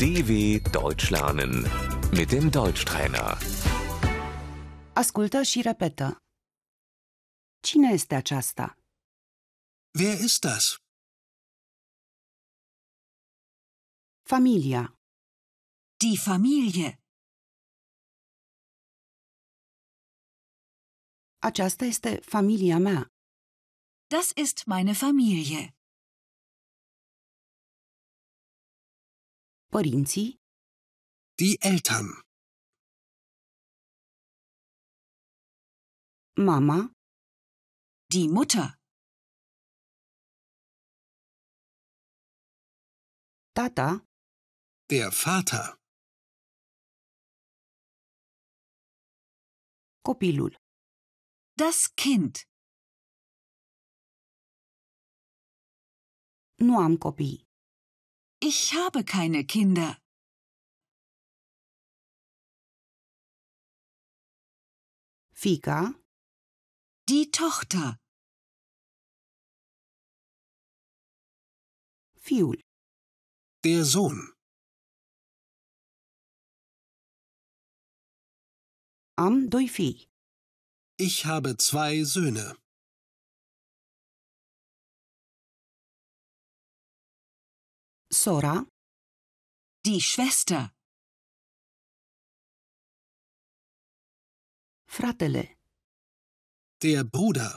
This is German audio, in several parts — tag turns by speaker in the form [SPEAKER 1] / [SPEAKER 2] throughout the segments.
[SPEAKER 1] DW Deutsch lernen mit dem Deutschtrainer.
[SPEAKER 2] Ascultă și repetă. Cine este aceasta?
[SPEAKER 3] Wer ist das?
[SPEAKER 2] Familia.
[SPEAKER 4] Die Familie.
[SPEAKER 2] Aceasta este familia mea.
[SPEAKER 4] Das ist meine Familie.
[SPEAKER 2] Părinții,
[SPEAKER 3] Die Eltern.
[SPEAKER 2] mama,
[SPEAKER 4] Die Mutter.
[SPEAKER 2] tata,
[SPEAKER 3] Der Vater.
[SPEAKER 2] copilul.
[SPEAKER 4] Das Kind.
[SPEAKER 2] Nu am copii.
[SPEAKER 4] Ich habe keine Kinder.
[SPEAKER 2] Fica,
[SPEAKER 4] Die Tochter.
[SPEAKER 2] fiul.
[SPEAKER 3] Der Sohn.
[SPEAKER 2] Am doi fii.
[SPEAKER 3] Ich habe zwei Söhne.
[SPEAKER 2] Sora,
[SPEAKER 4] Die Schwester.
[SPEAKER 2] fratele,
[SPEAKER 3] Der Bruder.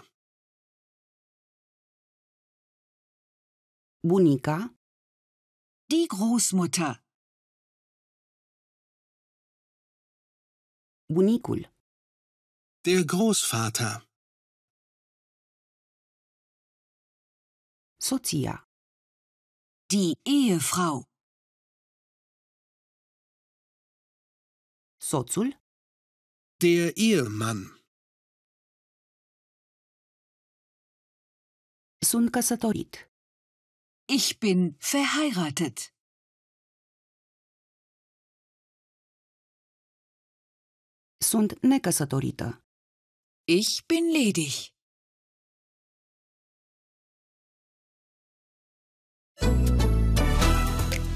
[SPEAKER 2] bunica,
[SPEAKER 4] Die Großmutter.
[SPEAKER 2] bunicul,
[SPEAKER 3] Der Großvater.
[SPEAKER 2] soția,
[SPEAKER 4] Die Ehefrau.
[SPEAKER 2] soțul,
[SPEAKER 3] Der Ehemann.
[SPEAKER 2] sunt căsătorit.
[SPEAKER 4] Ich bin verheiratet.
[SPEAKER 2] Sunt necăsătorită.
[SPEAKER 4] Ich bin ledig.